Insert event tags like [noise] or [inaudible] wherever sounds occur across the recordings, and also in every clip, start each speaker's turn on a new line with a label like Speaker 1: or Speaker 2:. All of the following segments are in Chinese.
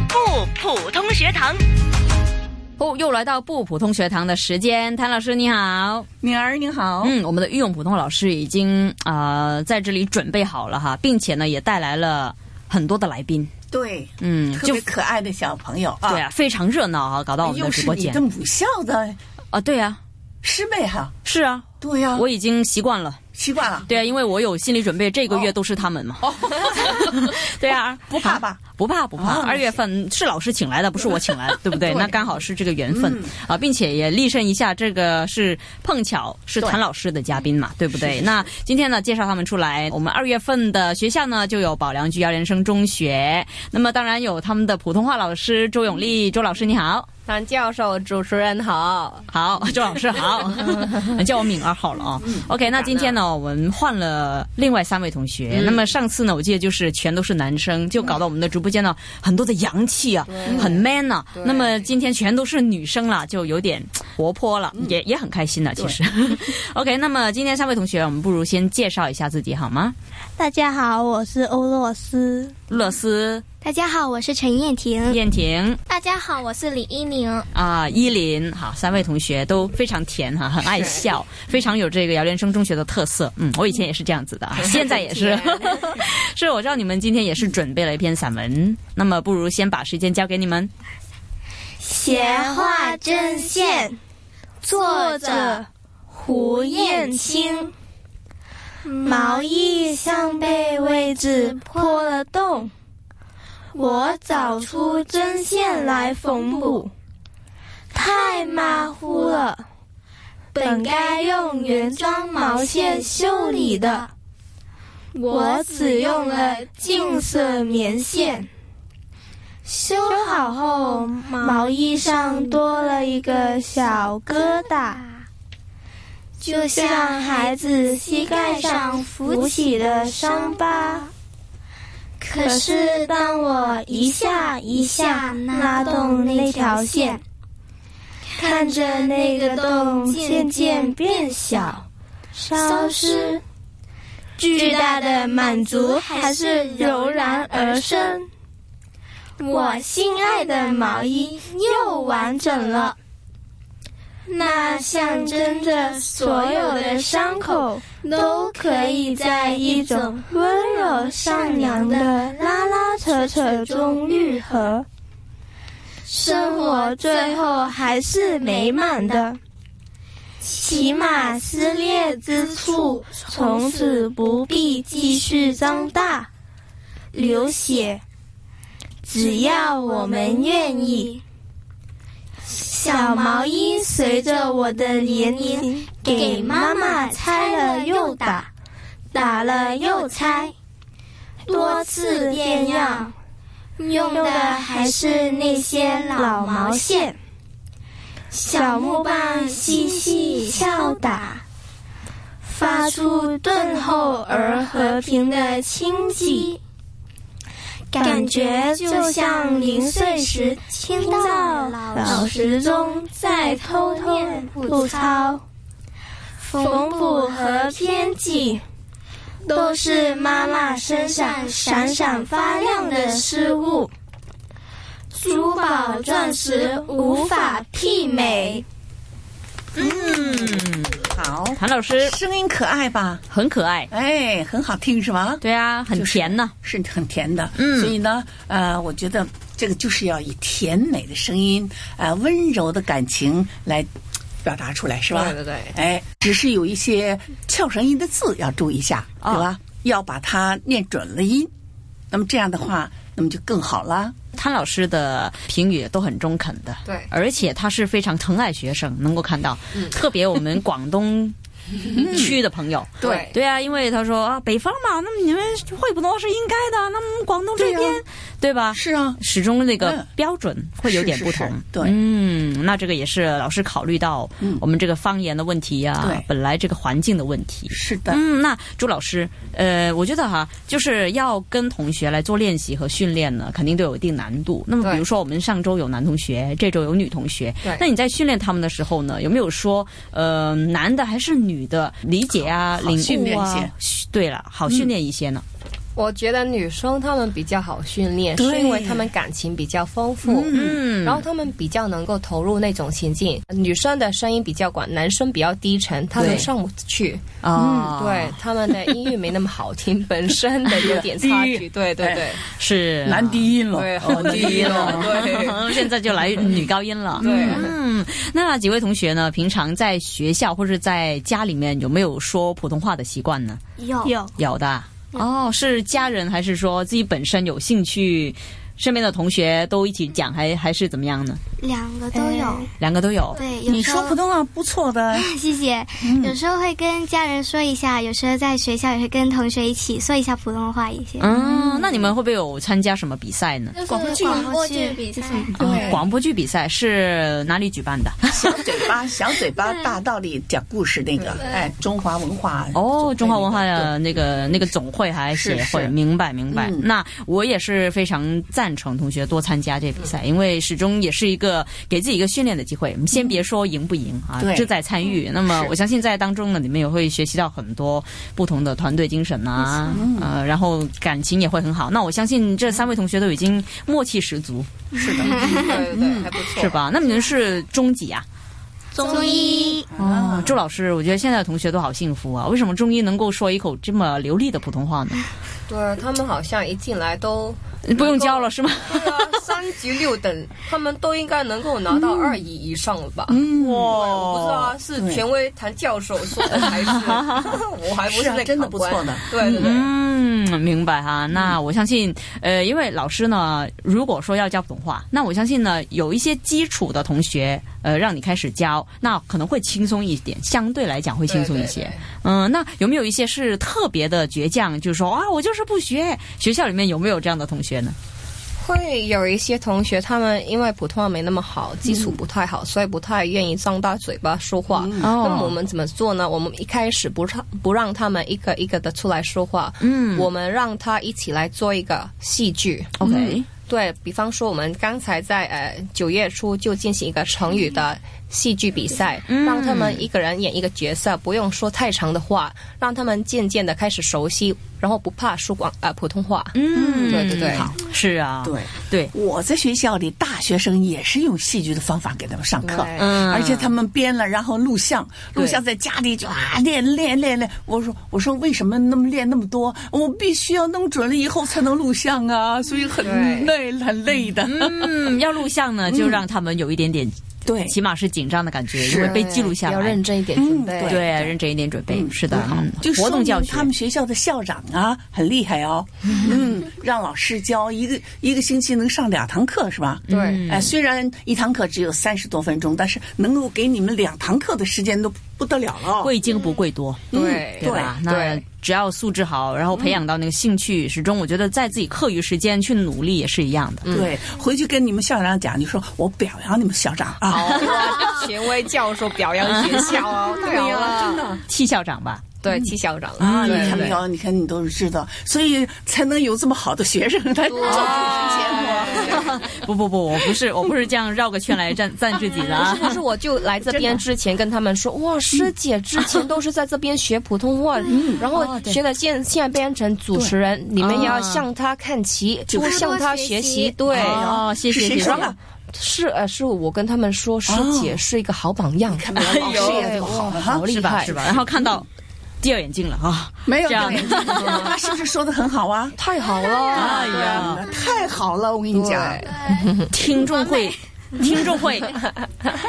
Speaker 1: 不普通学堂。
Speaker 2: 哦，又来到不普通学堂的时间，谭老师你好。
Speaker 3: 敏儿你好，
Speaker 2: 嗯，我们的御用普通老师已经呃在这里准备好了哈，并且呢也带来了很多的来宾，
Speaker 3: 对，
Speaker 2: 嗯，
Speaker 3: 特
Speaker 2: 就
Speaker 3: 别可爱的小朋友啊，哎
Speaker 2: 对啊，非常热闹啊，搞到我们的
Speaker 3: 又
Speaker 2: 直
Speaker 3: 是
Speaker 2: 播
Speaker 3: 你
Speaker 2: 间
Speaker 3: 的母校的
Speaker 2: 啊，对啊，
Speaker 3: 师妹哈、
Speaker 2: 是啊，
Speaker 3: 对呀、
Speaker 2: 我已经习惯了。
Speaker 3: 习惯了，哦
Speaker 2: 对啊，因为我有心理准备，这个月都是他们嘛。 [laughs] 对啊，
Speaker 3: 不怕吧？
Speaker 2: 不怕不怕，
Speaker 3: 哦
Speaker 2: 二月份是老师请来的，不是我请来的，对不对？
Speaker 3: [laughs] 对嗯
Speaker 2: 那刚好是这个缘分啊，并且也力申一下，这个是碰巧是谭老师的嘉宾嘛，对不对？那今天呢，介绍他们出来，我们二月份的学校呢就有保良局姚连生中学，那么当然有他们的普通话老师周永利，周老师你好。
Speaker 4: 唐教授，主持人好。
Speaker 2: 好， [laughs] 周老师好，叫我敏儿好了啊、OK，那今天呢，我们换了另外三位同学。那么上次呢，我记得就是全都是男生，就搞到我们的直播间呢很多的洋气啊，很 man 啊。那么今天全都是女生了，就有点活泼了，也也很开心了。其实 [laughs] ，OK，那么今天三位同学，我们不如先介绍一下自己好吗？
Speaker 5: 大家好，我是欧洛斯。
Speaker 2: 乐思、
Speaker 6: 大家好，我是陈燕婷。
Speaker 2: 燕婷
Speaker 6: 大家好，我是李一宁。
Speaker 2: 啊、依林，好，三位同学都非常甜
Speaker 3: [laughs]
Speaker 2: 哈，很爱笑，非常有这个姚连生中学的特色。嗯，我以前也是这样子的，啊，
Speaker 3: 嗯
Speaker 2: 现在也
Speaker 3: [laughs]
Speaker 2: 是。 [laughs] 是，我知道你们今天也是准备了一篇散文，那么不如先把时间交给你们。
Speaker 5: 斜画针线，作者胡燕青。毛衣上被位置破了洞，我找出针线来缝补，太马虎了。本该用原装毛线修理的，我只用了净色棉线。修好后，毛衣上多了一个小疙瘩，就像孩子膝盖上浮起的伤疤。可是当我一下一下拉动那条线，看着那个洞渐渐变小、消失，巨大的满足还是油然而生。我心爱的毛衣又完整了，那象征着所有的伤口都可以在一种温柔善良的拉拉扯扯中愈合。生活最后还是美满的，起码撕裂之处从此不必继续张大流血。只要我们愿意。小毛衣随着我的年龄，给妈妈拆了又打，打了又拆，多次变样，用的还是那些老毛线。小木棒细细敲打，发出顿厚而和平的轻击。感觉就像零碎时听到老时钟在偷偷不操，缝补和编辑都是妈妈身上闪闪发亮的失物，珠宝钻石无法媲美。
Speaker 3: 好，
Speaker 2: 谭老师
Speaker 3: 声音可爱吧？
Speaker 2: 很可爱，
Speaker 3: 哎，很好听是吧？
Speaker 2: 对啊，很
Speaker 3: 就是
Speaker 2: 甜呢、
Speaker 3: 是很甜的，
Speaker 2: 嗯
Speaker 3: 所以呢，呃，我觉得这个就是要以甜美的声音，呃，温柔的感情来表达出来，是吧？
Speaker 4: 对对对
Speaker 3: 哎，只是有一些翘舌音的字要注意一下，
Speaker 2: 啊
Speaker 3: 对吧？要把它念准了音，那么这样的话，那么就更好啦。
Speaker 2: 谭老师的评语都很中肯的，
Speaker 4: 对
Speaker 2: 而且他是非常疼爱学生，能够看到，
Speaker 3: 嗯
Speaker 2: 特别我们广
Speaker 3: [laughs]
Speaker 2: 东区的朋友，
Speaker 4: 对
Speaker 2: 对啊，因为他说啊，北方嘛，那么你们会普通话是应该的，那么广东这边，
Speaker 3: 对
Speaker 2: 对
Speaker 3: 啊
Speaker 2: 吧？
Speaker 3: 是啊，
Speaker 2: 始终那个
Speaker 3: 嗯
Speaker 2: 标准会有点不同，
Speaker 3: 是是是对
Speaker 2: 嗯，那这个也是老师考虑到我们这个方言的问题呀、
Speaker 3: 对
Speaker 2: 本来这个环境的问题，
Speaker 3: 是的，
Speaker 2: 嗯，那朱老师，呃，我觉得哈，就是要跟同学来做练习和训练呢，肯定都有一定难度。那么，
Speaker 4: 对
Speaker 2: 比如说我们上周有男同学，这周有女同学
Speaker 4: 对，
Speaker 2: 那你在训练他们的时候呢，有没有说，呃，男的还是女的理解啊、
Speaker 3: 好
Speaker 2: 领
Speaker 3: 训
Speaker 2: 悟
Speaker 3: 练一
Speaker 2: 啊
Speaker 3: 些？
Speaker 2: 嘘对了，好训练一些呢。
Speaker 4: 我觉得女生她们比较好训练，
Speaker 3: 对
Speaker 4: 是因为她们感情比较丰富，
Speaker 2: 嗯
Speaker 4: 然后她们比较能够投入那种情境。女生的声音比较广，男生比较低沉，他们
Speaker 2: 对
Speaker 4: 上不去。
Speaker 2: 啊、
Speaker 4: 嗯对，他们的音域没那么好听，本身的有点差距。对对对，
Speaker 2: 是
Speaker 3: 男低音了，
Speaker 4: 对，
Speaker 3: 哦
Speaker 4: 好低了，嗯对。
Speaker 2: [laughs] 现在就来女高音
Speaker 4: [laughs]
Speaker 2: 了。
Speaker 4: 对
Speaker 2: 哦嗯，那几位同学呢？平常在学校或是在家里面有没有说普通话的习惯呢？
Speaker 5: 有有
Speaker 2: 有的啊。哦，是家人还是说自己本身有兴趣？身边的同学都一起讲，还还是怎么样呢？
Speaker 5: 两个都有，
Speaker 2: 两个都有。
Speaker 5: 对，有
Speaker 3: 哎你
Speaker 5: 时
Speaker 3: 说嗯
Speaker 5: 候
Speaker 3: 普通话不错的，
Speaker 5: 谢谢。有时候会跟家人说一下，有时候在学校也会跟同学一起说一下普通话一些。
Speaker 2: 嗯，那你们会不会有参加什么比赛呢？
Speaker 6: 就是
Speaker 3: 广播剧
Speaker 6: 广播剧比赛，
Speaker 2: 对、广播剧比赛是哪里举办的？
Speaker 3: 小嘴巴，小嘴巴，大道理讲故事那个，哎，中华文化
Speaker 2: 哦，中华文化
Speaker 3: 的
Speaker 2: 的那个那个总会还协会，
Speaker 3: 是是
Speaker 2: 明白明白、
Speaker 3: 嗯
Speaker 2: 那我也是非常赞成同学多参加这比
Speaker 3: 嗯
Speaker 2: 赛，因为始终也是一个给自己一个训练的机会。先别说赢不赢啊，
Speaker 3: 对嗯
Speaker 2: 志在参与。那么
Speaker 3: 是
Speaker 2: 我相信在当中呢，你们也会学习到很多不同的团队精神啊，
Speaker 3: 嗯
Speaker 2: 呃，然后感情也会很好。那我相信这三位同学都已经默契十足，
Speaker 3: 是的，
Speaker 4: 对对对，还不错，
Speaker 2: 是？吧？那你们是中几啊？
Speaker 5: 中医
Speaker 2: 哦，周老师，我觉得现在的同学都好幸福啊！为什么中医能够说一口这么流利的普通话呢？
Speaker 4: 对他们好像一进来都，
Speaker 2: 不用教了是吗？
Speaker 4: 对啊，三级六
Speaker 3: [laughs]
Speaker 4: 等，他们都应该能够拿到二乙以上了吧？
Speaker 3: 嗯，哦
Speaker 4: 我不知道啊，是权威谭教授说的还是 [laughs]
Speaker 3: [laughs]
Speaker 4: 我还不
Speaker 3: 是
Speaker 4: 是
Speaker 3: 啊
Speaker 4: 那个
Speaker 3: 真的
Speaker 4: 考
Speaker 3: 不
Speaker 4: 官
Speaker 3: 错的
Speaker 4: 对对对，
Speaker 2: 嗯，明白哈。那我相信，呃，因为老师呢，如果说要教普通话，那我相信呢，有一些基础的同学，呃，让你开始教，那可能会轻松一点，相对来讲会轻松一些
Speaker 4: 对对对。
Speaker 2: 嗯、那有没有一些是特别的倔强，就是说啊，我就是不学？学校里面有没有这样的同学呢？
Speaker 4: 会有一些同学，他们因为普通话没那么好，基础不太
Speaker 3: 嗯
Speaker 4: 好，所以不太愿意张大嘴巴说话。
Speaker 2: 哦
Speaker 4: 嗯那么我们怎么做呢？我们一开始不让不让他们一个一个的出来说话，
Speaker 2: 嗯
Speaker 4: 我们让他一起来做一个戏剧。
Speaker 2: ，OK，
Speaker 4: 对比方说，我们刚才在呃九月初就进行一个成语的戏剧比赛，让他们一个人演一个角色，不用说太长的话，让他们渐渐的开始熟悉，然后不怕说广呃普通话。
Speaker 2: 嗯，
Speaker 4: 对对对
Speaker 2: 好，是啊，
Speaker 3: 对。
Speaker 2: 对，
Speaker 3: 我在学校里，大学生也是用戏剧的方法给他们上课
Speaker 4: 对，
Speaker 2: 嗯
Speaker 3: 而且他们编了，然后录像，
Speaker 2: 对
Speaker 3: 录像在家里就啊练练练练。我说我说为什么那么练那么多？我必须要弄准了以后才能录像啊，所以很累很累的。
Speaker 2: 嗯，要录像呢，就让他们有一点点，
Speaker 3: [laughs] 对，
Speaker 2: 起码是紧张的感觉，因为被记录下
Speaker 4: 要
Speaker 2: 来
Speaker 4: 认。真一点准备。
Speaker 3: 嗯
Speaker 2: 对，认真一点准备，是的，嗯
Speaker 3: 就
Speaker 2: 活
Speaker 3: 说
Speaker 2: 动
Speaker 3: 明
Speaker 2: 教学，
Speaker 3: 他们学校的校长啊很厉害哦，嗯，让老师教一个一个星期能上两堂课是吧？
Speaker 4: 对嗯
Speaker 2: 嗯
Speaker 3: 哎，虽然一堂课只有三十多分钟，但是能够给你们两堂课的时间都不得了了。
Speaker 2: 贵精不贵多，
Speaker 3: 嗯
Speaker 4: 对
Speaker 2: 对
Speaker 4: [laughs]
Speaker 2: 吧？那
Speaker 4: 对
Speaker 2: 只要素质好，然后培养到那个兴趣，始终我觉得在自己课余时间去努力也是一样的。
Speaker 3: 对，回去跟你们校长讲，你说我表扬你们校长啊，
Speaker 4: 哇 [laughs] 权威教授表扬学校哦， [laughs] 对啊，真的，嗯
Speaker 2: 戚校长吧，
Speaker 4: 对，戚校长
Speaker 3: 啊，你
Speaker 4: 对
Speaker 3: 看
Speaker 4: 对
Speaker 3: 没有？你看你都知道，所以才能有这么好的学生来
Speaker 4: 啊
Speaker 3: 做主持节目。
Speaker 2: 不不不，我不是，我不是这样绕个圈来赞赞自己的啊。
Speaker 4: 但是我就来这边之前跟他们说，哇，师姐之前都是在这边学普通话，
Speaker 2: 嗯
Speaker 4: 然后
Speaker 2: 哦
Speaker 4: 学了现现在变成主持人，你们也要向他看
Speaker 2: 嗯
Speaker 4: 齐，多向他学习。对，
Speaker 2: 哦，谢谢
Speaker 3: 是谁
Speaker 2: 谢谢
Speaker 3: 说。的？
Speaker 4: 是呃，是我跟他们说，师姐是一个好榜样，
Speaker 2: 哦
Speaker 3: 看没有？老师也这么好了哈
Speaker 4: 好，厉
Speaker 2: 哎啊是吧
Speaker 4: 害
Speaker 2: 是吧？然后看到第二眼镜了啊，
Speaker 3: 没有
Speaker 2: 这样
Speaker 3: 对他 [laughs] 是不是说的很好啊？
Speaker 4: [laughs] 太好了，
Speaker 2: 哎呀，
Speaker 3: 太好了，我跟你讲，
Speaker 2: 听众会，听众会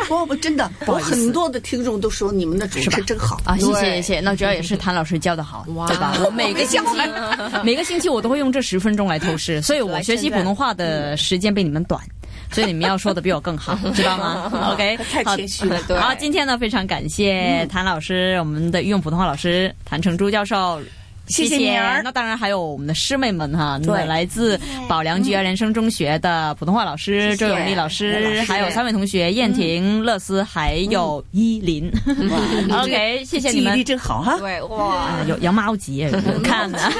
Speaker 3: 我我
Speaker 2: [laughs]
Speaker 3: 真的，
Speaker 2: 好
Speaker 3: 我
Speaker 2: 意思
Speaker 3: 很多的听众都说你们的主持真好。
Speaker 2: 啊！谢谢谢
Speaker 4: 对
Speaker 2: 谢，那主要也是谭老师教的好，
Speaker 4: 哇
Speaker 2: 对吧？我每个星期
Speaker 3: [laughs]
Speaker 2: 每个星期我都会用这十分钟来透视，所以我学习普通话的时间比你们短。所以你们要说的比我更
Speaker 3: [laughs]
Speaker 2: 好，知道吗？OK，
Speaker 3: 太谦虚了嗯
Speaker 2: 好
Speaker 4: 对
Speaker 2: 好，今天呢非常感谢谭老师，我们的御用普通话老师谭成珠教授。
Speaker 3: 谢
Speaker 2: 谢
Speaker 3: 谢敏儿
Speaker 2: 那当然还有我们的师妹们哈，那
Speaker 3: 对
Speaker 2: 来自宝良局儿人生中学的普通话老师周永丽老
Speaker 3: 谢
Speaker 2: 师
Speaker 3: 谢，嗯
Speaker 2: 还有三位同学燕婷、乐思，还有依林。OK，谢谢 [laughs] 你
Speaker 3: 记忆力
Speaker 2: 们。
Speaker 3: 真好哈！
Speaker 4: 对，哇。
Speaker 2: 啊，有羊毛集，我
Speaker 3: [laughs]
Speaker 2: 看啊的。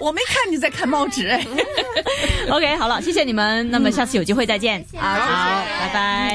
Speaker 3: 我没看你在看报纸哎。
Speaker 2: 啊 OK，好了，谢谢你们。那么下次有机会再见。好，拜拜。